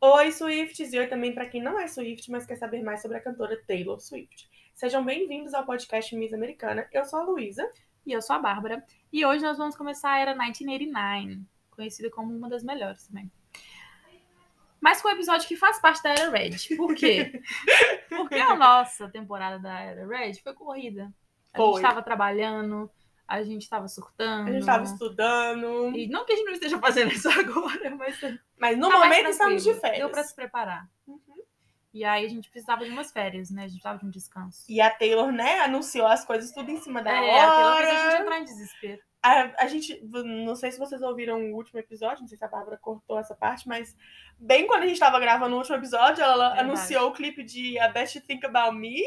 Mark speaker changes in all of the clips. Speaker 1: Oi, Swifts! E oi também para quem não é Swift, mas quer saber mais sobre a cantora Taylor Swift. Sejam bem-vindos ao podcast Miss Americana. Eu sou a Luísa.
Speaker 2: E eu sou a Bárbara. E hoje nós vamos começar a era 1989, conhecida como uma das melhores também. Mas com um episódio que faz parte da era Red. Por quê? Porque a nossa temporada da era Red foi corrida. A
Speaker 1: Foi.
Speaker 2: gente estava trabalhando, a gente estava surtando.
Speaker 1: A gente assim. estava estudando,
Speaker 2: E não que a gente não esteja fazendo isso agora, mas
Speaker 1: mas no
Speaker 2: Tá mais
Speaker 1: momento estamos de
Speaker 2: tranquilo,
Speaker 1: férias. Uhum.
Speaker 2: Deu pra se preparar. E aí a gente precisava de umas férias, né? A gente precisava de um descanso.
Speaker 1: E a Taylor, né, anunciou as coisas tudo em cima da
Speaker 2: é, aquilo fez a gente
Speaker 1: hora.
Speaker 2: entrar em desespero.
Speaker 1: A, a gente, não sei se vocês ouviram o último episódio, não sei se a Bárbara cortou essa parte, mas bem quando a gente estava gravando o último episódio, ela
Speaker 2: Verdade.
Speaker 1: anunciou o clipe de A Best You Think About Me.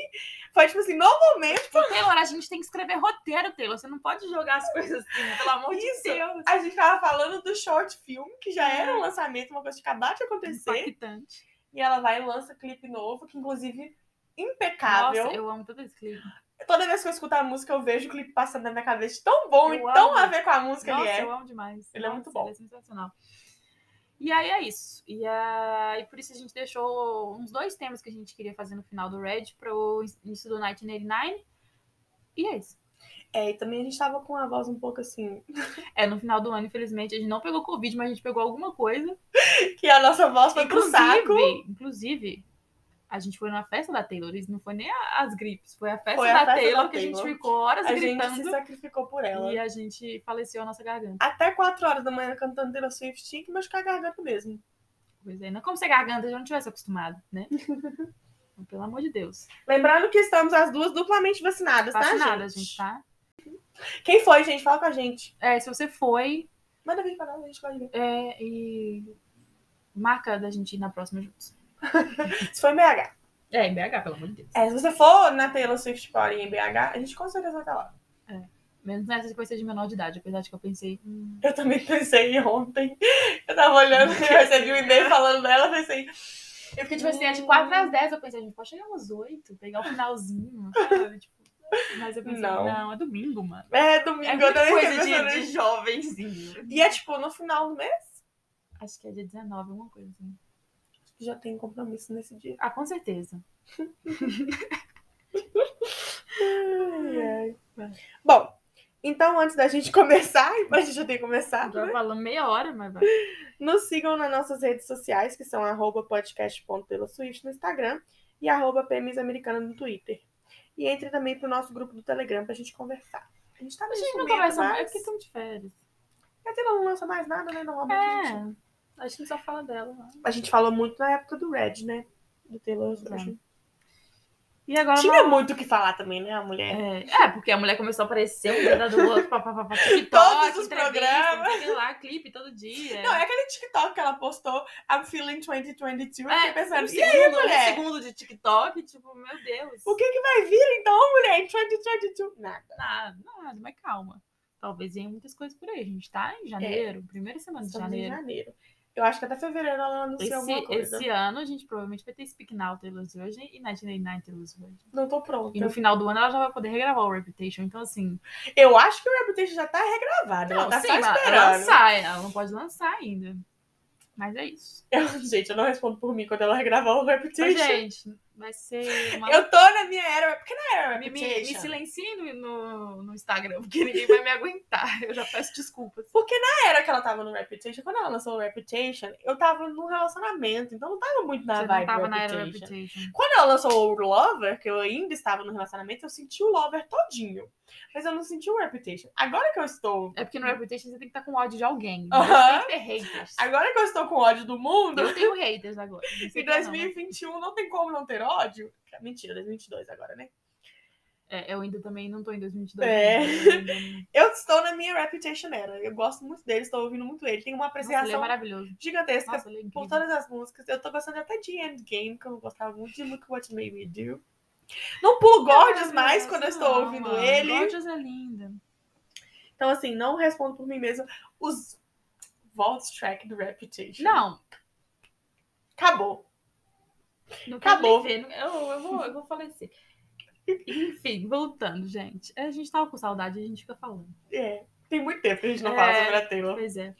Speaker 1: Foi tipo assim, no momento.
Speaker 2: Tipo, Taylor, a gente tem que escrever roteiro, Taylor. Você não pode jogar as coisas assim, pelo amor
Speaker 1: Isso.
Speaker 2: de Deus.
Speaker 1: A gente tava falando do short film, que já era um lançamento, uma coisa que acabava de acontecer.
Speaker 2: Impactante.
Speaker 1: E ela vai e lança clipe novo, que inclusive impecável.
Speaker 2: Nossa, eu amo todo esse clipe.
Speaker 1: Toda vez que eu escuto a música, eu vejo o clipe passando na minha cabeça de tão bom
Speaker 2: Eu
Speaker 1: e tão
Speaker 2: amo.
Speaker 1: a ver com a música
Speaker 2: Nossa,
Speaker 1: ele é.
Speaker 2: eu amo demais.
Speaker 1: Ele é
Speaker 2: Nossa,
Speaker 1: muito bom.
Speaker 2: Ele é sensacional. E aí é isso. E aí, por isso a gente deixou uns dois temas que a gente queria fazer no final do Red pro início do 1989. E é isso.
Speaker 1: É, e também a gente tava com a voz um pouco assim.
Speaker 2: É, no final do ano, infelizmente, a gente não pegou Covid, mas a gente pegou alguma coisa.
Speaker 1: Que a nossa voz foi pro saco.
Speaker 2: inclusive, a gente foi na festa da Taylor. Isso não foi nem a- as gripes, foi a festa,
Speaker 1: Foi a
Speaker 2: da,
Speaker 1: festa
Speaker 2: Taylor,
Speaker 1: da
Speaker 2: que a gente
Speaker 1: Taylor.
Speaker 2: ficou horas
Speaker 1: A gente se
Speaker 2: gritando.
Speaker 1: sacrificou por ela.
Speaker 2: E a gente faleceu a nossa garganta.
Speaker 1: Até 4 horas da manhã cantando Taylor Swift, tinha que machucar a garganta mesmo.
Speaker 2: Pois é, não como se a garganta já não tivesse acostumado, né? Então, Pelo amor de Deus.
Speaker 1: Lembrando que estamos as duas duplamente vacinadas,
Speaker 2: Vacinada,
Speaker 1: tá,
Speaker 2: gente? gente, tá?
Speaker 1: Quem foi, gente? Fala com a gente.
Speaker 2: É, se você foi
Speaker 1: Manda vídeo pra nós, a gente vai ver.
Speaker 2: é, e marca da gente ir na próxima juntos.
Speaker 1: Se foi em BH.
Speaker 2: É, em BH, pelo amor de Deus.
Speaker 1: É, se você for na Taylor Swift Party em BH, a gente com certeza vai estar lá.
Speaker 2: Menos nessa sequência de menor de idade, apesar de que eu pensei. hum,
Speaker 1: Eu também pensei ontem. Eu tava olhando, eu recebi um e-mail falando dela, eu pensei.
Speaker 2: Eu fiquei tipo assim, é de 4 às 10, eu pensei, a gente pode chegar umas 8, pegar o finalzinho. sabe? Tipo, mas eu pensei,
Speaker 1: Não.
Speaker 2: não, é domingo, mano.
Speaker 1: É, domingo,
Speaker 2: É
Speaker 1: eu
Speaker 2: muita
Speaker 1: também
Speaker 2: coisa
Speaker 1: fiquei pensando
Speaker 2: de, de
Speaker 1: nisso.
Speaker 2: jovenzinho.
Speaker 1: E é tipo, no final do mês,
Speaker 2: Acho que é dia 19, alguma coisa assim.
Speaker 1: já tem compromisso nesse dia.
Speaker 2: Ah, com certeza.
Speaker 1: Ai, ai. Bom, então antes da gente começar, e a gente já tem começado,
Speaker 2: Tô falando meia hora, mas vai.
Speaker 1: Nos sigam nas nossas redes sociais, que são arroba podcast.peloswift no Instagram e arroba pmisamericana no Twitter. E entre também pro nosso grupo do Telegram pra gente conversar. A gente tá
Speaker 2: A
Speaker 1: meio
Speaker 2: gente não
Speaker 1: sumido,
Speaker 2: conversa mais
Speaker 1: mas...
Speaker 2: porque estamos de férias.
Speaker 1: Mas ela não lança mais nada, né? Normalmente a, gente...
Speaker 2: É. A gente só fala dela. né?
Speaker 1: a gente falou muito na época do Red, né? Do
Speaker 2: É.
Speaker 1: Taylor Swift.
Speaker 2: E agora.
Speaker 1: Tinha muito o que falar também, né, a mulher?
Speaker 2: É, é, porque a mulher começou a aparecer um dedo do outro, papapá, TikTok,
Speaker 1: Todos os
Speaker 2: entrevista,
Speaker 1: programas.
Speaker 2: não sei o que lá, clipe todo dia.
Speaker 1: Não, é aquele TikTok que ela postou, I'm feeling 2022, eu
Speaker 2: É,
Speaker 1: fiquei pensando,
Speaker 2: um
Speaker 1: e aí,
Speaker 2: segundo,
Speaker 1: mulher?
Speaker 2: Um segundo de TikTok, tipo, meu Deus.
Speaker 1: o que que vai vir então, mulher, em 2022? Nada.
Speaker 2: Nada, tá, nada, mas calma. Talvez venha muitas coisas por aí. A gente tá em janeiro, primeira semana de
Speaker 1: É, Estamos em
Speaker 2: janeiro.
Speaker 1: janeiro. Eu acho que até fevereiro ela anunciou alguma
Speaker 2: Esse,
Speaker 1: coisa.
Speaker 2: esse ano a gente provavelmente vai ter Speak Now Taylor's Virgin e Night Night Taylor's Virgin.
Speaker 1: Não tô pronta.
Speaker 2: E no final do ano ela já vai poder regravar o Reputation. Então, assim.
Speaker 1: Eu acho que o Reputation já tá regravado. ela
Speaker 2: não,
Speaker 1: tá
Speaker 2: sim,
Speaker 1: só
Speaker 2: ela-
Speaker 1: esperando.
Speaker 2: Ela, lançar, ela não pode lançar ainda. Mas é isso.
Speaker 1: Eu- gente, eu não respondo por mim quando ela regravar o
Speaker 2: Mas,
Speaker 1: Reputation.
Speaker 2: gente, vai ser uma.
Speaker 1: Eu tô na minha era. Porque não era
Speaker 2: Me, me,
Speaker 1: Reputation.
Speaker 2: me silenciem no, no, no Instagram, porque ninguém vai me aguentar. Eu já peço desculpas.
Speaker 1: Porque na era que ela tava no Reputation, quando ela lançou o Reputation, eu tava num relacionamento. Então não tava muito na
Speaker 2: Você não
Speaker 1: vibe
Speaker 2: tava na
Speaker 1: Reputation.
Speaker 2: era Reputation.
Speaker 1: Quando ela lançou o Lover, que eu ainda estava no relacionamento, eu senti o Lover todinho. Mas eu não senti o Reputation. Agora que eu estou.
Speaker 2: É porque no Reputation você tem que estar com ódio de alguém.
Speaker 1: Hum. Aham.
Speaker 2: Você tem que ter haters.
Speaker 1: Agora que eu estou com ódio do mundo.
Speaker 2: Eu tenho haters agora. não sei
Speaker 1: Em
Speaker 2: qual é o nome.
Speaker 1: 2021 não tem como não ter ódio. Mentira, 2022 agora, né?
Speaker 2: É, eu ainda também não tô em 2022.
Speaker 1: É.
Speaker 2: ainda. né?
Speaker 1: Eu estou na minha Reputation Era. Eu gosto muito dele, estou ouvindo muito ele. Tenho uma
Speaker 2: Nossa, ele é
Speaker 1: apreciação
Speaker 2: maravilhoso.
Speaker 1: gigantesca
Speaker 2: Nossa, ele é incrível.
Speaker 1: por todas as músicas. Eu tô gostando até de Endgame, que eu gostava muito de Look What You Made Me Do. Não pulo Gorgeous mais quando eu estou
Speaker 2: É Não,
Speaker 1: ouvindo
Speaker 2: mano,
Speaker 1: ele.
Speaker 2: Gorgeous é linda.
Speaker 1: Então, assim, não respondo por mim mesma os Vault Track do Reputation.
Speaker 2: Não,
Speaker 1: Acabou.
Speaker 2: não quero
Speaker 1: Acabou.
Speaker 2: nem ver, não- Eu, eu, vou, eu vou falecer. Enfim, voltando, gente. É, A gente tava com saudade e a gente fica falando.
Speaker 1: É. Tem muito tempo que a gente não fala
Speaker 2: É.
Speaker 1: sobre a Taylor.
Speaker 2: Pois é.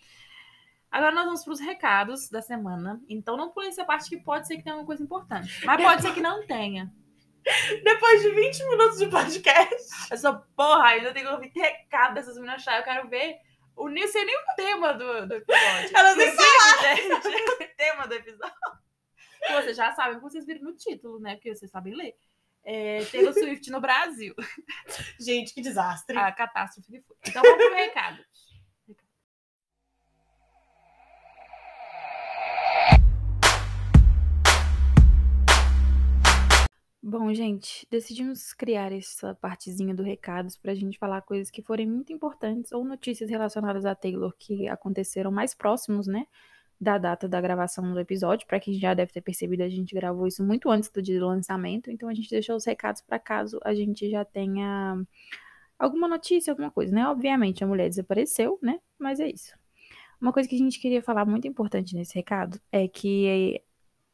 Speaker 2: Agora nós vamos para os recados da semana. Então não pule essa parte que pode ser que tenha alguma coisa importante. Mas pode ser que não tenha.
Speaker 1: Depois de 20 minutos de podcast.
Speaker 2: Essa porra, ainda tem que ouvir recado dessas meninas chatas. Eu quero ver. O nem sei nem o tema do, do episódio.
Speaker 1: Ela nem
Speaker 2: Inclusive, é gente, o tema do episódio. Que Vocês já sabem, porque vocês viram no título, né? Porque vocês sabem ler. É, Taylor Swift no Brasil.
Speaker 1: Gente, que desastre.
Speaker 2: A catástrofe que foi. Então vamos pro recado. Bom, gente, decidimos criar essa partezinha do recados pra gente falar coisas que forem muito importantes ou notícias relacionadas a Taylor que aconteceram mais próximos, né, da data da gravação do episódio. Pra quem já deve ter percebido, a gente gravou isso muito antes do dia do lançamento, então a gente deixou os recados pra caso a gente já tenha alguma notícia, alguma coisa, né? Obviamente a mulher desapareceu, né? Mas é isso. Uma coisa que a gente queria falar muito importante nesse recado é que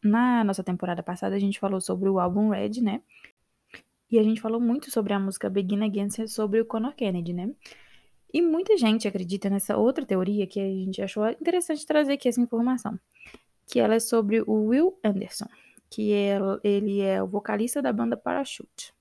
Speaker 2: na nossa temporada passada a gente falou sobre o álbum Red, né? E a gente falou muito sobre a música Begin Again ser sobre o Conor Kennedy, né? E muita gente acredita nessa outra teoria que a gente achou interessante trazer aqui essa informação, que ela é sobre o Will Anderson, que é- ele é o vocalista da banda Parachute.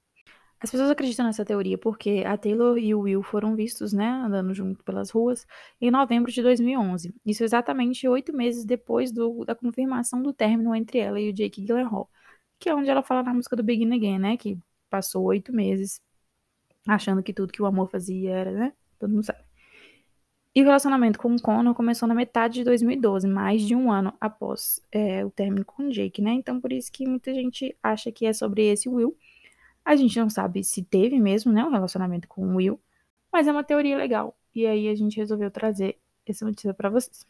Speaker 2: As pessoas acreditam nessa teoria porque a Taylor e o Will foram vistos, né, andando junto pelas ruas em novembro de 2011. Isso exatamente oito meses depois do- da confirmação do término entre ela e o Jake Gyllenhaal, que é onde ela fala na música do Begin Again, né? Que passou oito meses achando que tudo que o amor fazia era, né? Todo mundo sabe. E o relacionamento com o Connor começou na metade de 2012, mais de um ano após é, o término com o Jake, né? Então por isso que muita gente acha que é sobre esse Will. A gente não sabe se teve mesmo, né, um relacionamento com o Will, mas é uma teoria legal. E aí a gente resolveu trazer essa notícia pra vocês.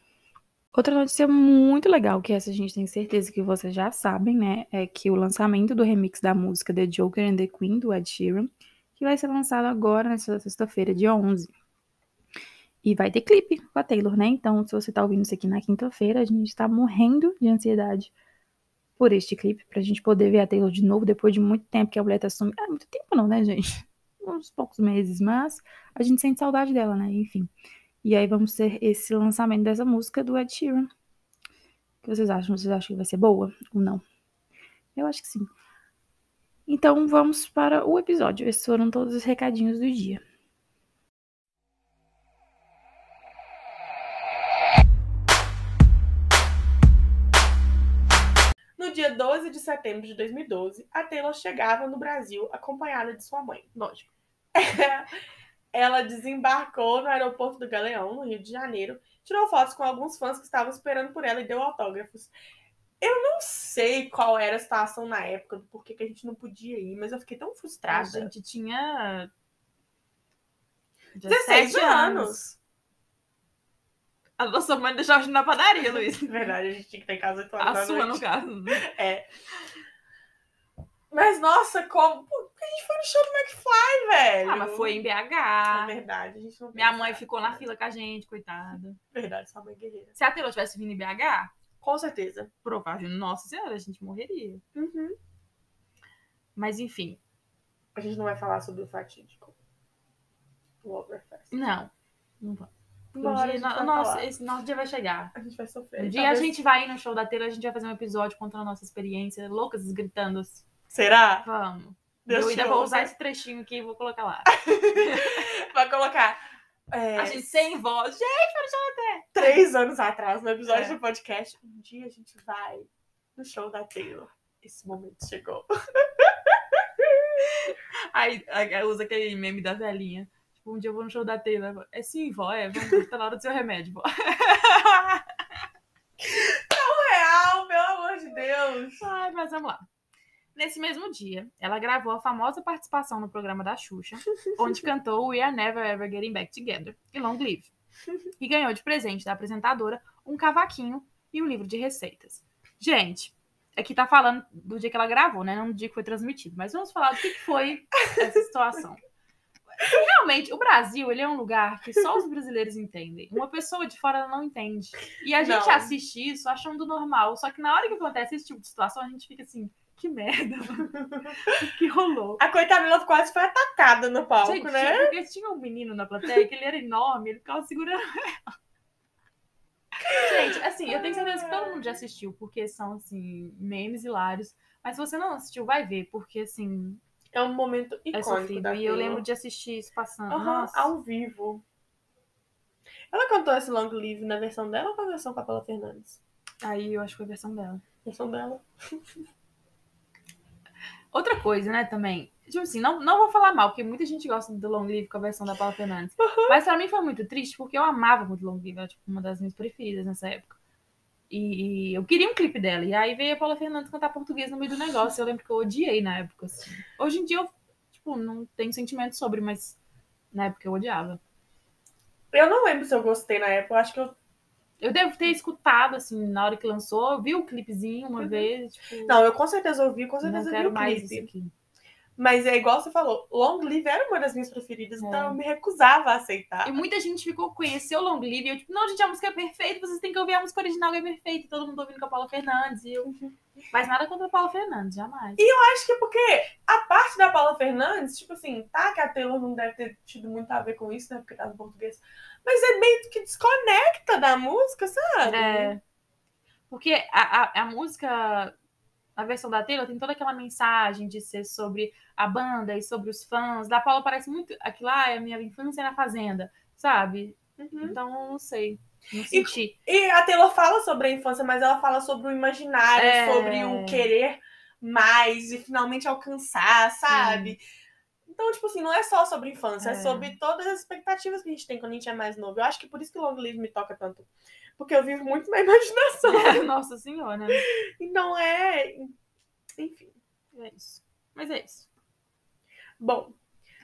Speaker 2: Outra notícia muito legal, que essa a gente tem certeza que vocês já sabem, né? É que o lançamento do remix da música The Joker and the Queen, do Ed Sheeran, que vai ser lançado agora, nesta sexta-feira, dia 11. E vai ter clipe com a Taylor, né? Então, se você tá ouvindo isso aqui na quinta-feira, a gente tá morrendo de ansiedade por este clipe, pra gente poder ver a Taylor de novo depois de muito tempo que a mulher tá sumida. Ah, muito tempo não, né, gente? Uns poucos meses, mas a gente sente saudade dela, né? Enfim. E aí vamos ter esse lançamento dessa música do Ed Sheeran. O que vocês acham? Vocês acham que vai ser boa ou não? Eu acho que sim. Então vamos para o episódio. Esses foram todos os recadinhos do dia.
Speaker 1: No dia 12 de setembro de 2012, a Taylor chegava no Brasil acompanhada de sua mãe, lógico. Ela desembarcou no aeroporto do Galeão, no Rio de Janeiro, tirou fotos com alguns fãs que estavam esperando por ela e deu autógrafos. Eu não sei qual era a situação na época, do porquê que a gente não podia ir, mas eu fiquei tão frustrada.
Speaker 2: tinha.
Speaker 1: 17 anos.
Speaker 2: A nossa mãe deixava a gente na padaria, Luiz.
Speaker 1: Na verdade, a gente tinha que estar em casa 8 horas da noite.
Speaker 2: caso. né?
Speaker 1: Mas, nossa, como? Por que a gente foi no show do McFly, velho?
Speaker 2: Ah, mas foi em
Speaker 1: É
Speaker 2: BH.
Speaker 1: verdade, a gente não
Speaker 2: Minha
Speaker 1: pensa.
Speaker 2: mãe ficou na fila com a gente, coitada.
Speaker 1: Verdade, sua mãe é guerreira.
Speaker 2: Se a Taylor tivesse vindo em BH,
Speaker 1: Com certeza.
Speaker 2: provavelmente, nossa senhora, a gente morreria. Mas enfim,
Speaker 1: A gente não vai falar sobre o fatídico. O Overfest.
Speaker 2: não. Não vamos. Um
Speaker 1: Uma hora a gente vai
Speaker 2: nossa,
Speaker 1: falar.
Speaker 2: esse nosso dia vai chegar.
Speaker 1: A gente vai sofrer.
Speaker 2: Um dia
Speaker 1: Talvez-
Speaker 2: a gente vai ir no show da Taylor, a gente vai fazer um episódio contando a nossa experiência, loucas gritando. assim,
Speaker 1: Será?
Speaker 2: Vamos.
Speaker 1: Deus
Speaker 2: eu
Speaker 1: te
Speaker 2: ainda vou
Speaker 1: ouça.
Speaker 2: usar esse trechinho aqui e vou colocar lá.
Speaker 1: Vai colocar. é,
Speaker 2: A gente sem voz. gente,
Speaker 1: Três anos atrás, no episódio
Speaker 2: É.
Speaker 1: do podcast. Um dia a gente vai no show da Taylor. Esse momento chegou.
Speaker 2: Aí aí usa aquele meme da velhinha. Tipo, um dia eu vou no show da Taylor. É sim, vó, é. Vamos, tá na hora do seu remédio, vó.
Speaker 1: Real, pelo amor de Deus.
Speaker 2: Ai, mas vamos lá. Nesse mesmo dia, ela gravou a famosa participação no programa da Xuxa, onde cantou We Are Never Ever Getting Back Together e Long Live. E ganhou de presente da apresentadora um cavaquinho e um livro de receitas. Gente, aqui tá falando do dia que ela gravou, né? Não do dia que foi transmitido, mas vamos falar do que que foi essa situação. Realmente, o Brasil, ele é um lugar que só os brasileiros entendem. Uma pessoa de fora ela não entende. E a gente
Speaker 1: Não.
Speaker 2: assiste isso achando normal. Só que na hora que acontece esse tipo de situação, a gente fica assim, que merda, o que rolou?
Speaker 1: A coitada ela quase foi atacada no palco,
Speaker 2: Gente,
Speaker 1: né?
Speaker 2: tinha- porque tinha um menino na plateia que ele era enorme, ele ficava segurando ela. Gente, assim, eu tenho certeza que todo mundo já assistiu, porque são, assim, memes hilários. Mas se você não assistiu, vai ver, porque, assim,
Speaker 1: É um momento
Speaker 2: é
Speaker 1: icônico
Speaker 2: sofrido.
Speaker 1: da
Speaker 2: E eu
Speaker 1: Taylor.
Speaker 2: lembro de assistir isso passando.
Speaker 1: Aham,
Speaker 2: Nossa.
Speaker 1: ao vivo. Ela cantou esse long live na versão dela ou na versão com a Paula Fernandes?
Speaker 2: Aí eu acho que foi a versão dela.
Speaker 1: Versão dela.
Speaker 2: Outra coisa, né, também. Tipo assim, não, não vou falar mal, porque muita gente gosta do Long Live com a versão da Paula Fernandes. Mas pra mim foi muito triste, porque eu amava muito Long Live. Era, tipo, uma das minhas preferidas nessa época. E, e eu queria um clipe dela. E aí veio a Paula Fernandes cantar português no meio do negócio. Eu lembro que eu odiei na época, assim. Hoje em dia eu, tipo, não tenho sentimento sobre, mas na época eu odiava.
Speaker 1: Eu não lembro se eu gostei na época, eu acho que eu.
Speaker 2: Eu devo ter escutado, assim, na hora que lançou. Eu vi o clipezinho uma
Speaker 1: Uhum.
Speaker 2: vez, tipo...
Speaker 1: Não, eu com certeza ouvi, com
Speaker 2: não
Speaker 1: certeza vi
Speaker 2: quero
Speaker 1: o
Speaker 2: mais
Speaker 1: clipe.
Speaker 2: isso aqui.
Speaker 1: Mas é igual você falou, long live era uma das minhas preferidas,
Speaker 2: É.
Speaker 1: então eu me recusava a aceitar.
Speaker 2: E muita gente ficou, conheceu o Long Live e eu, tipo, não, gente, a música é perfeita, vocês têm que ouvir a música original que é perfeita. E Todo mundo ouvindo com a Paula Fernandes. E eu... Mas nada contra a Paula Fernandes, jamais.
Speaker 1: Acho que é porque a parte da Paula Fernandes, tipo assim, tá que a Taylor não deve ter tido muito a ver com isso, né? Porque tava em português. Mas é meio que desconecta da música, sabe?
Speaker 2: É. Porque a, a, a música, a versão da Taylor, tem toda aquela mensagem de ser sobre a banda e sobre os fãs. Da Paula parece muito. Aquilo lá é a minha infância na Fazenda, sabe?
Speaker 1: Uhum.
Speaker 2: Então, não sei. Não senti.
Speaker 1: E a Taylor fala sobre a infância, mas ela fala sobre o imaginário,
Speaker 2: É.
Speaker 1: sobre o querer mais e finalmente alcançar, sabe? Então, tipo assim, não é só sobre infância, é.
Speaker 2: É.
Speaker 1: sobre todas as expectativas que a gente tem quando a gente é mais novo. Eu acho que por isso que Long Live me toca tanto. Porque eu vivo muito na imaginação.
Speaker 2: Nossa Senhora.
Speaker 1: Então é. Enfim.
Speaker 2: É isso. Mas é isso.
Speaker 1: Bom,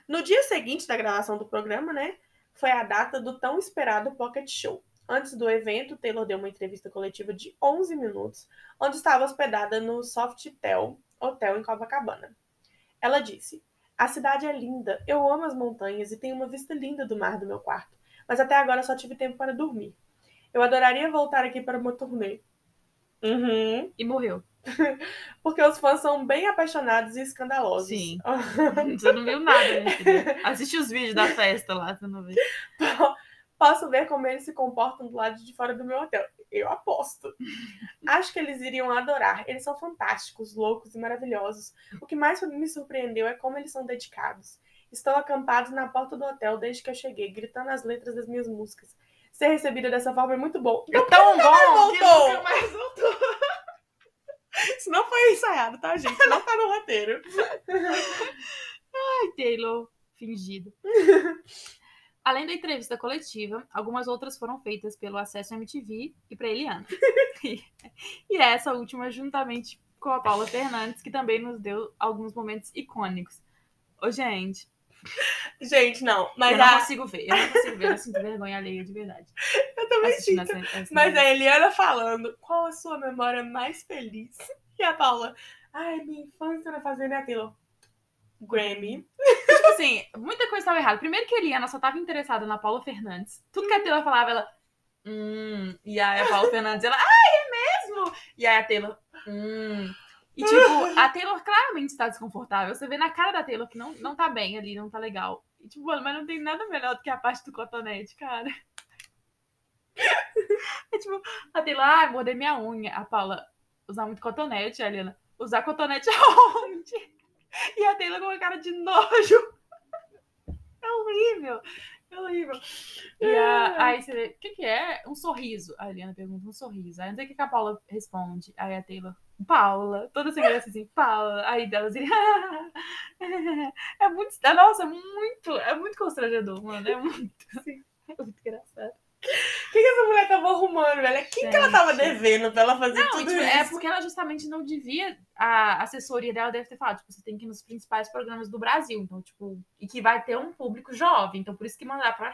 Speaker 1: no dia seguinte da gravação do programa, né? Foi a data do tão esperado Pocket Show. Antes do evento, Taylor deu uma entrevista coletiva de 11 minutos, onde estava hospedada no Softel, hotel em Copacabana. Ela disse: A cidade é linda, eu amo as montanhas e tenho uma vista linda do mar do meu quarto, mas até agora só tive tempo para dormir. Eu adoraria voltar aqui para uma turnê. Uhum.
Speaker 2: E morreu.
Speaker 1: Porque os fãs são bem apaixonados e escandalosos.
Speaker 2: Sim. Você não viu nada, né? filha? Assiste os vídeos da festa lá, você não viu.
Speaker 1: Então, Posso ver como eles se comportam do lado de fora do meu hotel. Eu aposto. Acho que eles iriam adorar. Eles são fantásticos, loucos e maravilhosos. O que mais me surpreendeu é como eles são dedicados. Estão acampados na porta do hotel desde que eu cheguei, gritando as letras das minhas músicas. Ser recebida dessa forma é muito bom.
Speaker 2: É tão bom que
Speaker 1: voltou.
Speaker 2: nunca mais voltou.
Speaker 1: Isso não foi ensaiado, tá, gente? Não tá no roteiro.
Speaker 2: Ai, Taylor, fingido. Além da entrevista coletiva, algumas outras foram feitas pelo Acesso MTV e pra Eliana. e essa última juntamente com a Paula Fernandes, que também nos deu alguns momentos icônicos. Ô, gente,
Speaker 1: Gente, não.
Speaker 2: eu
Speaker 1: Mas
Speaker 2: não
Speaker 1: a...
Speaker 2: consigo ver, eu não consigo ver, eu sinto vergonha alheia de verdade.
Speaker 1: eu também
Speaker 2: assistindo
Speaker 1: sinto.
Speaker 2: essa- essa-
Speaker 1: Mas é a Eliana falando, qual a sua memória mais feliz? E a Paula, ai, minha infância na fazenda é aquilo. Grammy.
Speaker 2: Tipo assim, muita coisa estava errada. Primeiro que a Eliana só estava interessada na Paula Fernandes. Tudo que a Taylor falava, ela. Hum. E aí a Paula Fernandes, ela. Ai, é mesmo? E aí a Taylor. Hum. E tipo, a Taylor claramente está desconfortável. Você vê na cara da Taylor que não, não tá bem ali, não tá legal. E tipo, mano, mas não tem nada melhor do que a parte do cotonete, cara. É tipo, a Taylor, ah, mordei minha unha. A Paula, usar muito cotonete, a Eliana. Usar cotonete aonde? E a Taylor com uma cara de nojo. É horrível. É horrível. E a, aí você vê, o que, que é? Um sorriso. A Eliana pergunta um sorriso. Aí não sei o que, que a Paula responde. Aí a Taylor, Paula. Toda sem graça assim, Paula. Aí delas assim, é muito. é, Nossa, é muito. É muito constrangedor, mano. É muito. É muito engraçado.
Speaker 1: O que, que essa mulher tava arrumando, velho? O que, que ela tava
Speaker 2: Gente.
Speaker 1: devendo pra ela fazer
Speaker 2: Não, e,
Speaker 1: tudo
Speaker 2: tipo,
Speaker 1: isso?
Speaker 2: é porque ela justamente não devia. A assessoria dela deve ter falado, tipo, você tem que ir nos principais programas do Brasil. Então, tipo, e que vai ter um público jovem. Então, por isso que mandar pra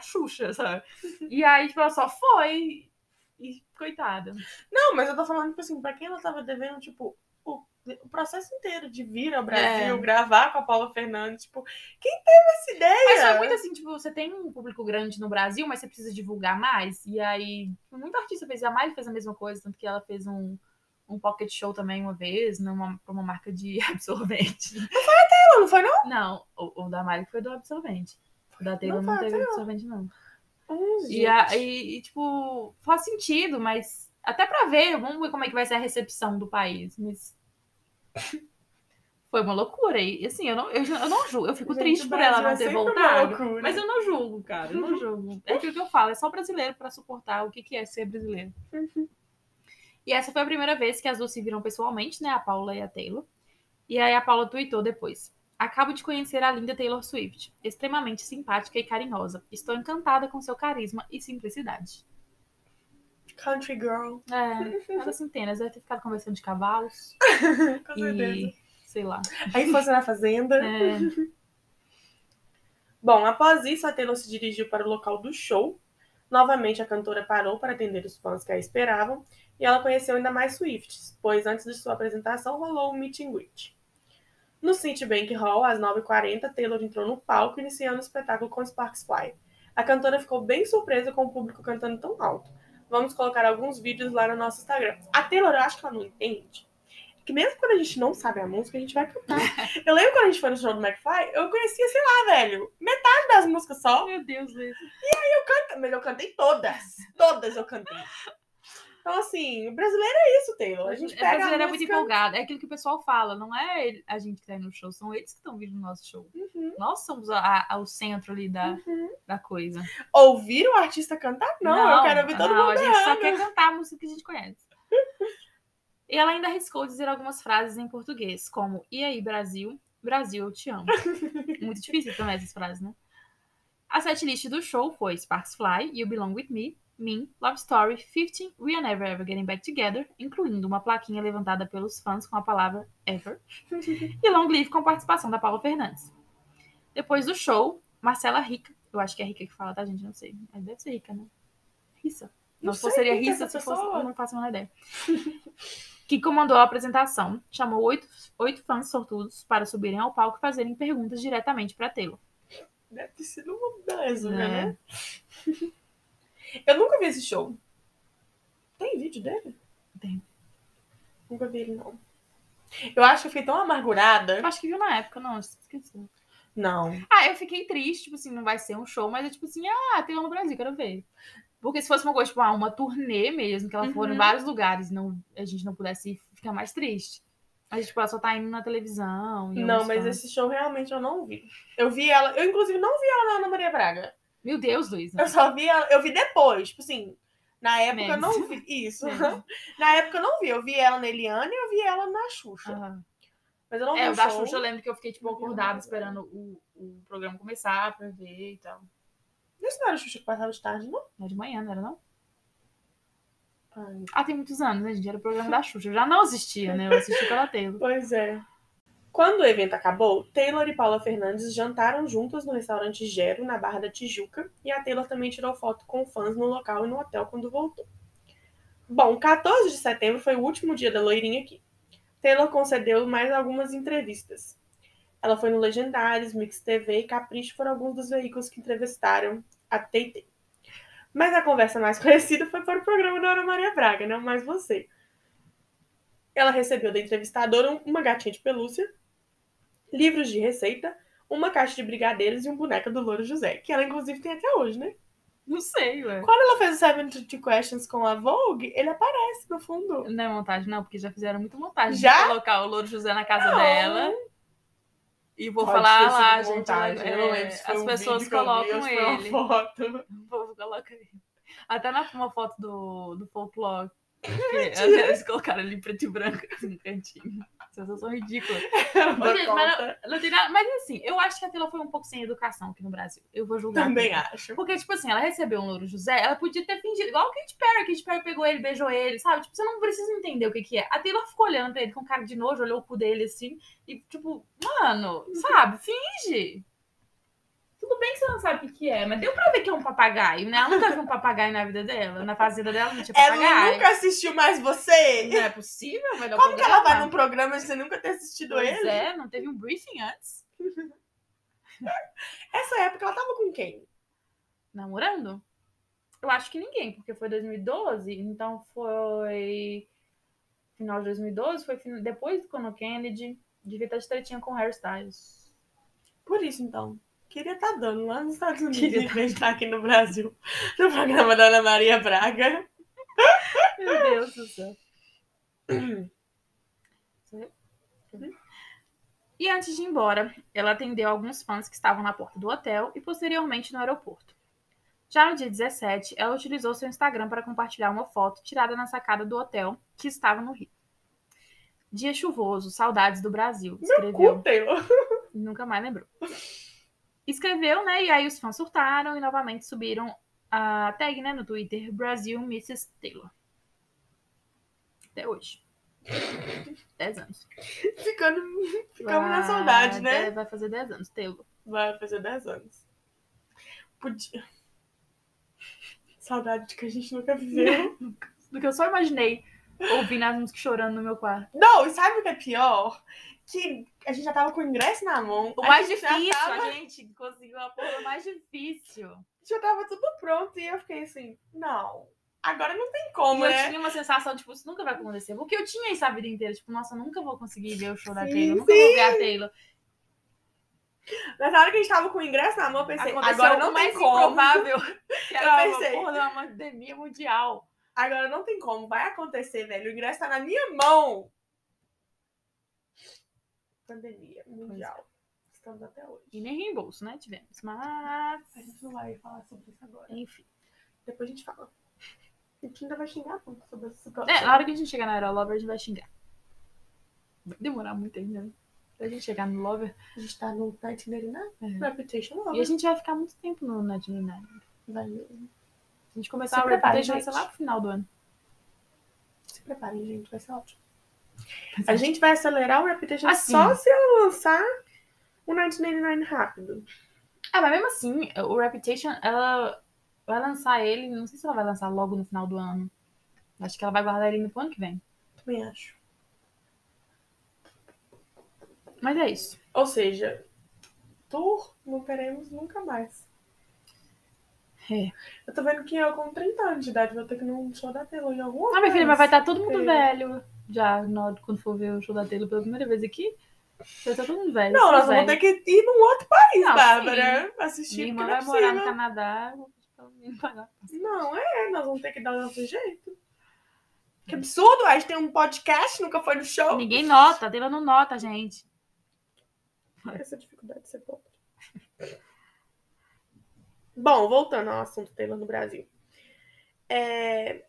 Speaker 2: Xuxa, sabe? E aí, tipo, ela só foi. E, coitada.
Speaker 1: Não, mas eu tô falando, tipo assim, pra quem ela tava devendo, tipo, o, o processo inteiro de vir ao Brasil, gravar com a Paula Fernandes, tipo, quem teve essa ideia?
Speaker 2: Mas foi muito assim, tipo, você tem um público grande no Brasil, mas você precisa divulgar mais. E aí, muita artista fez. A Miley fez a mesma coisa, tanto que ela fez um, um pocket show também uma vez, numa, pra uma marca de absorvente.
Speaker 1: Não, não foi não?
Speaker 2: Não, o, o da Mari foi do absorvente. O da Taylor
Speaker 1: Não
Speaker 2: não,
Speaker 1: foi,
Speaker 2: teve absorvente, não.
Speaker 1: Uns
Speaker 2: E, a- e- e, tipo, faz sentido, mas até pra ver, vamos ver como é que vai ser a recepção do país. Mas foi uma loucura. E assim, eu não, eu, ju- eu não julgo, eu fico
Speaker 1: Gente,
Speaker 2: triste
Speaker 1: o
Speaker 2: por
Speaker 1: Brasil
Speaker 2: ela não
Speaker 1: é
Speaker 2: ter
Speaker 1: sempre uma
Speaker 2: voltado.
Speaker 1: loucura.
Speaker 2: Mas eu não julgo, cara, eu não julgo. É aquilo que eu falo, é só brasileiro pra suportar o que, que é ser brasileiro. E essa foi a primeira vez que as duas se viram pessoalmente, né? A Paula e a Taylor. E aí a Paula tweetou depois. Acabo de conhecer a linda Taylor Swift, extremamente simpática e carinhosa. Estou encantada com seu carisma e simplicidade.
Speaker 1: Country Girl.
Speaker 2: É, nada assim tem, né? Deve ter ficado conversando de cavalos
Speaker 1: Com certeza.
Speaker 2: e sei lá.
Speaker 1: A infância na fazenda.
Speaker 2: É,
Speaker 1: Bom, após isso, a Taylor se dirigiu para o local do show. Novamente, a cantora parou para atender os fãs que a esperavam e ela conheceu ainda mais Swifts, pois antes de sua apresentação rolou um meet and greet. No Citibank Hall, às 9h40, Taylor entrou no palco iniciando o espetáculo com Sparks Fly. A cantora ficou bem surpresa com o público cantando tão alto. Vamos colocar alguns vídeos lá no nosso Instagram. A Taylor, eu acho que ela não entende. Que mesmo quando a gente não sabe a música, a gente vai cantar. Eu lembro quando a gente foi no show do McFly, eu conhecia, sei lá, velho, metade das músicas só.
Speaker 2: meu Deus, né? Luiz.
Speaker 1: Mas eu cantei todas. Todas eu cantei. Então, assim, o brasileiro é isso, Taylor. A gente
Speaker 2: É,
Speaker 1: pega
Speaker 2: brasileiro
Speaker 1: a
Speaker 2: é muito
Speaker 1: música...
Speaker 2: empolgado. É aquilo que o pessoal fala, não é ele- a gente que tá indo no show, são eles que estão vindo no nosso show.
Speaker 1: Uhum.
Speaker 2: Nós somos a- a- o centro ali da,
Speaker 1: Uhum.
Speaker 2: da coisa.
Speaker 1: Ouvir o artista cantar? Não, eu quero ouvir todo
Speaker 2: não,
Speaker 1: mundo.
Speaker 2: a gente só quer cantar a música que a gente conhece. E ela ainda arriscou dizer algumas frases em português, como E aí, Brasil? Brasil, eu te amo. Muito difícil também essas frases, né? A setlist do show foi Sparks Fly, You Belong With Me, Mean, Love Story, 15, We Are Never Ever Getting Back Together, incluindo uma plaquinha levantada pelos fãs com a palavra Ever, e Long Live com participação da Paula Fernandes. Depois do show, Marcela Rica, eu acho que é Rica que fala, tá, gente? Não sei. Mas deve ser Rica, né? Rissa.
Speaker 1: Não
Speaker 2: Não, se
Speaker 1: sei
Speaker 2: seria
Speaker 1: quem que é
Speaker 2: Rissa,
Speaker 1: essa
Speaker 2: se fosse,
Speaker 1: pessoa.
Speaker 2: eu não faço a menor ideia. que comandou a apresentação, chamou oito, oito fãs sortudos para subirem ao palco e fazerem perguntas diretamente pra Taylor.
Speaker 1: Deve ter sido uma beleza,
Speaker 2: É.
Speaker 1: né? Eu nunca vi esse show. Tem vídeo dele?
Speaker 2: Tem.
Speaker 1: Nunca vi ele, não. Eu acho que eu fiquei tão amargurada.
Speaker 2: Eu acho que viu na época, não, acho que esqueci.
Speaker 1: Não.
Speaker 2: Ah, eu fiquei triste, tipo assim, não vai ser um show, mas é tipo assim, ah, Taylor no Brasil, quero ver. Porque se fosse uma coisa, tipo, ah, uma turnê mesmo, que ela for
Speaker 1: Uhum.
Speaker 2: em vários lugares, não, a gente não pudesse ir, ficar mais triste. Mas, tipo, ela só tá indo na televisão. e
Speaker 1: Não,
Speaker 2: uns
Speaker 1: mas
Speaker 2: fãs.
Speaker 1: esse show realmente eu não vi. Eu vi ela, eu inclusive não vi ela na Ana Maria Braga.
Speaker 2: Meu Deus, Luísa.
Speaker 1: Eu só vi ela, eu vi depois, tipo assim, na época eu
Speaker 2: Memes.
Speaker 1: não vi isso.
Speaker 2: Memes.
Speaker 1: na época eu não vi, eu vi ela na Eliane e eu vi ela na Xuxa.
Speaker 2: Ah.
Speaker 1: Mas eu não vi
Speaker 2: É,
Speaker 1: o
Speaker 2: o da
Speaker 1: show.
Speaker 2: Xuxa eu lembro que eu fiquei, tipo,
Speaker 1: Não vi
Speaker 2: acordada
Speaker 1: nada.
Speaker 2: esperando o, o programa começar pra ver e tal.
Speaker 1: Isso não era a Xuxa que passava de tarde, não?
Speaker 2: Não era de manhã, não era não?
Speaker 1: Ai,
Speaker 2: Ah, tem muitos anos, né, gente? Era o programa da Xuxa. Eu já não assistia, né? Eu assisti pela Taylor.
Speaker 1: Pois é. Quando o evento acabou, Taylor e Paula Fernandes jantaram juntas no restaurante Gero, na Barra da Tijuca, e a Taylor também tirou foto com fãs no local e no hotel quando voltou. Bom, 14 de setembro foi o último dia da loirinha aqui. Taylor concedeu mais algumas entrevistas. Ela foi no Legendários, Mix TV e Capricho foram alguns dos veículos que entrevistaram a TT. Mas a conversa mais conhecida foi para o programa da Ana Maria Braga, não mais você. Ela recebeu da entrevistadora um- uma gatinha de pelúcia, livros de receita, uma caixa de brigadeiros e um boneco do Louro José, que ela inclusive tem até hoje, né?
Speaker 2: Não sei, ué.
Speaker 1: Quando ela fez o 72 Questions com a Vogue, ele aparece no fundo.
Speaker 2: Não é montagem, não, porque já fizeram muita montagem. de
Speaker 1: Já?
Speaker 2: colocar o Louro José na casa
Speaker 1: Não.
Speaker 2: dela. E vou
Speaker 1: Pode
Speaker 2: falar
Speaker 1: ter sido
Speaker 2: lá, gente.
Speaker 1: montagem,
Speaker 2: é,
Speaker 1: eu não lembro se foi
Speaker 2: as
Speaker 1: um
Speaker 2: pessoas
Speaker 1: vídeo que eu vi ou
Speaker 2: colocam
Speaker 1: se foi uma
Speaker 2: ele.
Speaker 1: foto.
Speaker 2: O povo coloca ele. Até na uma foto do, do folclore. que Eles colocaram ele em preto e branco assim, no cantinho. Sensação ridícula.
Speaker 1: Não dou
Speaker 2: Gente, mas
Speaker 1: conta.
Speaker 2: Não tem nada- Mas assim, eu acho que a Taylor foi um pouco sem educação aqui no Brasil. Eu vou julgar.
Speaker 1: Também
Speaker 2: tudo.
Speaker 1: acho.
Speaker 2: Porque, tipo assim, ela recebeu um Louro José, ela podia ter fingido, igual o Katy Perry. Katy Perry pegou ele, beijou ele, sabe? Tipo, você não precisa entender o que que é. A Taylor ficou olhando pra ele com cara de nojo, olhou o cu dele assim, e tipo, mano, sabe? Finge! Tudo bem que você não sabe o que que é, mas deu pra ver que é um papagaio, né? Ela nunca viu um papagaio na vida dela, na fazenda dela não tinha
Speaker 1: Ela
Speaker 2: papagaio.
Speaker 1: nunca assistiu mais você?
Speaker 2: Não é possível, melhor
Speaker 1: Como que ela vai
Speaker 2: não
Speaker 1: num programa sem nunca ter assistido
Speaker 2: Pois
Speaker 1: ele?
Speaker 2: é, não teve um briefing antes.
Speaker 1: Essa época ela tava com quem?
Speaker 2: Namorando? Eu acho que ninguém, porque foi 2012, então foi. Final de 2012, foi fin- depois do Conor Kennedy, devia estar de tretinha com Harry Styles.
Speaker 1: Por isso, então. Queria estar dando lá nos Estados Unidos em
Speaker 2: tá
Speaker 1: vez de estar aqui no Brasil, no programa da Ana Maria Braga.
Speaker 2: Meu Deus do céu. E antes de ir embora, ela atendeu alguns fãs que estavam na porta do hotel e posteriormente no aeroporto. Já no dia 17, ela utilizou seu Instagram para compartilhar uma foto tirada na sacada do hotel que estava no Rio. Dia chuvoso, saudades do Brasil, escreveu.
Speaker 1: Cu, Taylor.
Speaker 2: E Nunca mais lembrou. Escreveu, né? E aí os fãs surtaram e novamente subiram a tag, né? No Twitter, Brasil Mrs. Taylor. Até hoje. Dez anos.
Speaker 1: Ficando, ficamos na
Speaker 2: Vai-
Speaker 1: saudade, né?
Speaker 2: Vai fazer 10 anos, Taylor.
Speaker 1: Vai fazer 10 anos. Podia. Saudade de que a gente nunca viveu.
Speaker 2: Do que eu só imaginei ouvindo as músicas chorando no meu quarto.
Speaker 1: Não, e sabe o que é pior? Que a gente já tava com o ingresso na mão.
Speaker 2: O
Speaker 1: a
Speaker 2: mais
Speaker 1: gente
Speaker 2: difícil, né?
Speaker 1: Já tava,
Speaker 2: a gente conseguiu a porra mais difícil.
Speaker 1: já tava tudo pronto e eu fiquei assim, não. Agora não tem como,
Speaker 2: e eu
Speaker 1: né?
Speaker 2: tinha uma sensação, tipo, isso nunca vai acontecer. O que eu tinha isso a vida inteira, tipo, nossa, eu nunca vou conseguir ver o show da
Speaker 1: Sim,
Speaker 2: Taylor, nunca vou ver a Taylor.
Speaker 1: Mas na hora que a gente tava com o ingresso na mão, eu pensei,
Speaker 2: Aconteceu
Speaker 1: agora
Speaker 2: algo
Speaker 1: não tem
Speaker 2: mais
Speaker 1: como.
Speaker 2: improvável. Que era
Speaker 1: Eu
Speaker 2: uma
Speaker 1: pensei.
Speaker 2: porra de uma pandemia mundial.
Speaker 1: Agora não tem como. Vai acontecer, velho. O ingresso tá na minha mão. Pandemia mundial. Estamos até hoje.
Speaker 2: é. E nem reembolso, né? Tivemos. Mas,
Speaker 1: A gente não vai falar sobre isso agora.
Speaker 2: enfim.
Speaker 1: Depois a gente fala. A gente ainda vai xingar muito sobre essa situação.
Speaker 2: É, na hora que a gente chegar na Aero Lover, a gente vai xingar. Vai demorar muito ainda, né? Pra gente chegar no Lover.
Speaker 1: A gente tá no Night Nerina,
Speaker 2: É.
Speaker 1: Reputation
Speaker 2: E a
Speaker 1: Love.
Speaker 2: gente vai ficar muito tempo no Night Midnight.
Speaker 1: Vai mesmo.
Speaker 2: A gente começar
Speaker 1: Se
Speaker 2: a
Speaker 1: prepare,
Speaker 2: Reputation, vai
Speaker 1: gente.
Speaker 2: ser lá pro final do ano.
Speaker 1: Se preparem, gente. Vai ser ótimo.
Speaker 2: Mas
Speaker 1: A gente vai acelerar o Reputation
Speaker 2: é. Assim.
Speaker 1: só se ela lançar o Night rápido.
Speaker 2: Ah, mas mesmo assim, o Reputation, ela vai lançar ele, não sei se ela vai lançar logo no final do ano. Acho que ela vai guardar ele no ano que vem.
Speaker 1: Também acho.
Speaker 2: Mas é isso.
Speaker 1: Ou seja, tour não teremos nunca mais.
Speaker 2: É.
Speaker 1: Eu tô vendo que eu, com 30 anos de idade, vou ter que ir num show da Taylor em algum
Speaker 2: Ah, minha filha, mas vai estar todo mundo
Speaker 1: Sim.
Speaker 2: velho. Já, na hora- quando for ver o show da Taylor pela primeira vez aqui, vai estar todo mundo velho.
Speaker 1: Não, nós vamos ter que ir num outro país,
Speaker 2: Não,
Speaker 1: Bárbara. Assistir,
Speaker 2: Minha irmã
Speaker 1: porque não
Speaker 2: vai
Speaker 1: é
Speaker 2: morar no
Speaker 1: possível.
Speaker 2: Canadá, vou pedir pra ela me pagar.
Speaker 1: Não, é, nós vamos ter que dar o nosso jeito. Que absurdo, a gente tem um podcast, nunca foi no show.
Speaker 2: Ninguém nota, a Taylor não nota, gente.
Speaker 1: Essa dificuldade de ser pobre. Bom, voltando ao assunto Taylor no Brasil. É,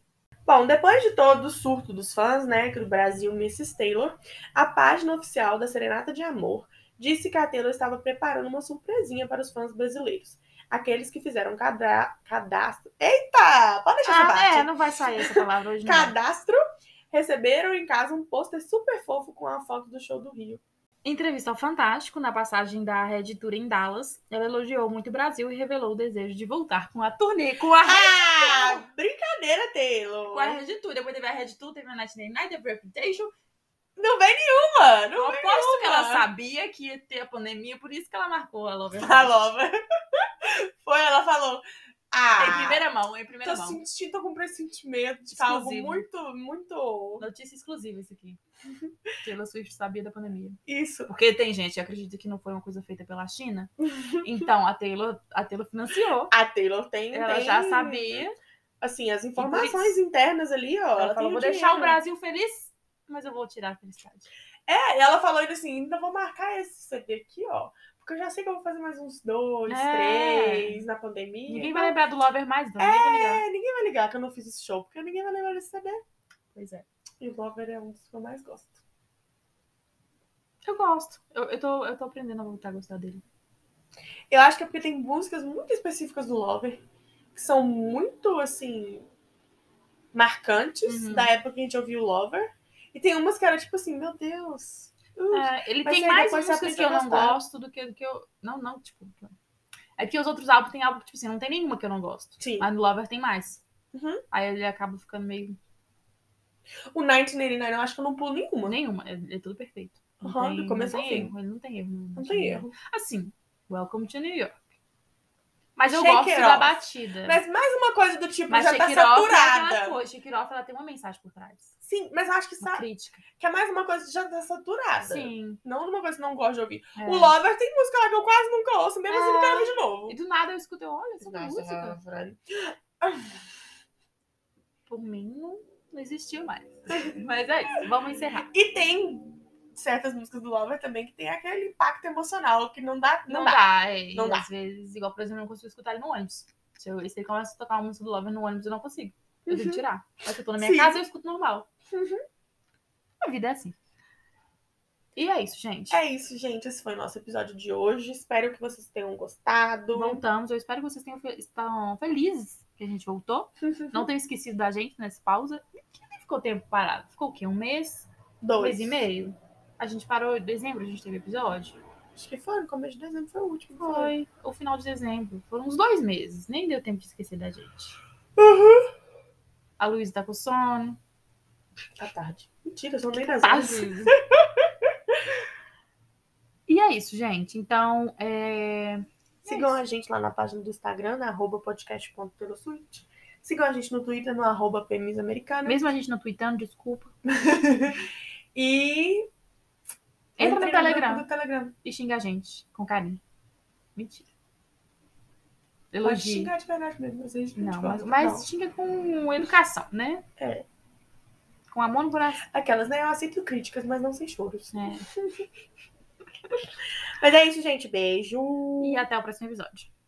Speaker 1: Bom, depois de todo o surto dos fãs, né, que o Brasil Mrs. Taylor, a página oficial da Serenata de Amor disse que a Taylor estava preparando uma surpresinha para os fãs brasileiros. Aqueles que fizeram cadra... cadastro. Eita! Pode deixar essa parte.
Speaker 2: Ah, é, não vai sair essa palavra hoje, não.
Speaker 1: Cadastro. Receberam em casa um pôster super fofo com a foto do show do Rio.
Speaker 2: Em Entrevista ao Fantástico, na passagem da Red Tour em Dallas, ela elogiou muito o Brasil e revelou o desejo de voltar com a turnê, com a,
Speaker 1: Ah, brincadeira, Taylor.
Speaker 2: com a Red Tour. Depois teve a Red Tour, teve a Night Night, teve a Reputation.
Speaker 1: Não vem nenhuma.
Speaker 2: Eu
Speaker 1: Não né? vem
Speaker 2: aposto que ela
Speaker 1: nenhuma.
Speaker 2: sabia que ia ter a pandemia, por isso que ela marcou a Love
Speaker 1: Tá
Speaker 2: Live.
Speaker 1: logo. Foi, ela falou.
Speaker 2: Em
Speaker 1: Ah,
Speaker 2: primeira mão, em primeira
Speaker 1: tô
Speaker 2: mão.
Speaker 1: sentindo, tô com pressentimento de algo
Speaker 2: Exclusivo.
Speaker 1: muito, muito.
Speaker 2: Notícia exclusiva isso aqui. Taylor Swift sabia da pandemia.
Speaker 1: Isso.
Speaker 2: Porque tem gente que acredita que não foi uma coisa feita pela China. Então, a Taylor, a Taylor financiou.
Speaker 1: A Taylor tem.
Speaker 2: Ela
Speaker 1: tem,
Speaker 2: já sabia.
Speaker 1: Assim, as informações internas ali, ó. Ela,
Speaker 2: Ela falou,
Speaker 1: tem
Speaker 2: vou
Speaker 1: dinheiro."
Speaker 2: deixar o Brasil feliz, mas eu vou tirar a felicidade.
Speaker 1: É, e ela falou ainda assim: ainda vou marcar esse CD aqui, ó. Porque eu já sei que eu vou fazer mais uns dois,
Speaker 2: É.
Speaker 1: três na pandemia.
Speaker 2: Ninguém vai lembrar do Lover mais, não. Ninguém vai ligar.
Speaker 1: É, ninguém vai ligar que eu não fiz esse show, porque ninguém vai lembrar desse CD.
Speaker 2: Pois é.
Speaker 1: E o Lover é um dos que eu mais gosto.
Speaker 2: Eu gosto. Eu, eu, tô, eu tô aprendendo a voltar a gostar dele.
Speaker 1: Eu acho que é porque tem músicas muito específicas do Lover, que são muito, assim, marcantes
Speaker 2: Uhum.
Speaker 1: da época que a gente ouviu o Lover. E tem umas que era tipo assim, meu Deus. uh,
Speaker 2: É, ele
Speaker 1: Mas
Speaker 2: tem
Speaker 1: aí
Speaker 2: mais
Speaker 1: depois você
Speaker 2: músicas que eu
Speaker 1: aprende a
Speaker 2: não
Speaker 1: gostar.
Speaker 2: gosto do que, do que eu. Não, não, tipo. É porque os outros álbuns tem álbum que, tipo assim, não tem nenhuma que eu não gosto.
Speaker 1: Sim.
Speaker 2: Mas no Lover tem mais.
Speaker 1: Uhum.
Speaker 2: Aí ele acaba ficando meio.
Speaker 1: O 1989 eu acho que eu não pulo nenhuma.
Speaker 2: Nenhuma. É, é tudo perfeito. Não
Speaker 1: Aham, do começo
Speaker 2: não
Speaker 1: ao
Speaker 2: tem
Speaker 1: fim.
Speaker 2: erro. Ele não tem erro.
Speaker 1: Não tem erro.
Speaker 2: Assim, Welcome to New York. Mas eu
Speaker 1: Shake
Speaker 2: gosto
Speaker 1: it
Speaker 2: da
Speaker 1: off.
Speaker 2: batida.
Speaker 1: Mas mais uma coisa do tipo,
Speaker 2: Mas
Speaker 1: já tá
Speaker 2: Shake It Off é
Speaker 1: saturada.
Speaker 2: aquela coisa. Shake It Off, ela tem uma mensagem por trás.
Speaker 1: Sim, mas eu acho que,
Speaker 2: Uma
Speaker 1: sa-
Speaker 2: crítica.
Speaker 1: que é mais uma coisa que já tá saturada.
Speaker 2: Sim.
Speaker 1: Não uma coisa que eu não gosto de ouvir.
Speaker 2: é.
Speaker 1: O Lover tem música lá que eu quase nunca ouço, mesmo assim
Speaker 2: É.
Speaker 1: eu quero ouvir de novo.
Speaker 2: E do nada eu escutei, olha essa música.
Speaker 1: Rafa.
Speaker 2: Por mim, não, não existiu mais.
Speaker 1: Uhum.
Speaker 2: Mas é isso, vamos encerrar.
Speaker 1: E tem certas músicas do Lover também que tem aquele impacto emocional que não dá. Não,
Speaker 2: Não,
Speaker 1: dá.
Speaker 2: dá. é,
Speaker 1: Não
Speaker 2: e
Speaker 1: dá.
Speaker 2: Às vezes, igual, por exemplo, eu não consigo escutar ele no ônibus. Se, eu, se ele começa a tocar uma música do Lover no ônibus, eu não consigo. Eu tenho que tirar. Mas se eu tô na minha
Speaker 1: Uhum. Sim. Uhum.
Speaker 2: casa, eu escuto normal. A vida é assim. E é isso, gente.
Speaker 1: É isso, gente. Esse foi o nosso episódio de hoje. Espero que vocês tenham gostado.
Speaker 2: Voltamos. Eu espero que vocês tenham fe- estão felizes que a gente voltou.
Speaker 1: Uhum.
Speaker 2: Não tenham esquecido da gente nessa pausa. Que nem ficou tempo parado. Ficou o quê? Um mês? Um
Speaker 1: Dois.
Speaker 2: mês e meio? A gente parou em dezembro, a gente teve episódio?
Speaker 1: Acho que foi, no começo de dezembro foi o último. não Foi.
Speaker 2: Foi o final de dezembro. Foram uns dois meses. Nem deu tempo de esquecer da gente.
Speaker 1: Uhum.
Speaker 2: A Luísa tá com sono.
Speaker 1: À tarde. Mentira, são nem das
Speaker 2: Tá,
Speaker 1: onze.
Speaker 2: Luísa. e é isso, gente. Então, é...
Speaker 1: Sigam a gente lá na página do Instagram, na arroba podcast.pelosuite. Sigam a gente no Twitter, no arroba pemisamericana.
Speaker 2: mesmo a gente não tweetando, desculpa.
Speaker 1: E
Speaker 2: Entra no
Speaker 1: entrem
Speaker 2: Telegram
Speaker 1: grupo do Telegram.
Speaker 2: e xinga a gente com carinho. Mentira.
Speaker 1: Pode
Speaker 2: Elogio.
Speaker 1: xingar de verdade mesmo. Às vezes
Speaker 2: Não,
Speaker 1: gente
Speaker 2: mas,
Speaker 1: gosta,
Speaker 2: mas xinga com educação, né?
Speaker 1: É.
Speaker 2: Com amor no coração.
Speaker 1: não. Aquelas, né? Eu aceito críticas, mas não sem choros.
Speaker 2: né?
Speaker 1: Mas é isso, gente. Beijo.
Speaker 2: E até o próximo episódio.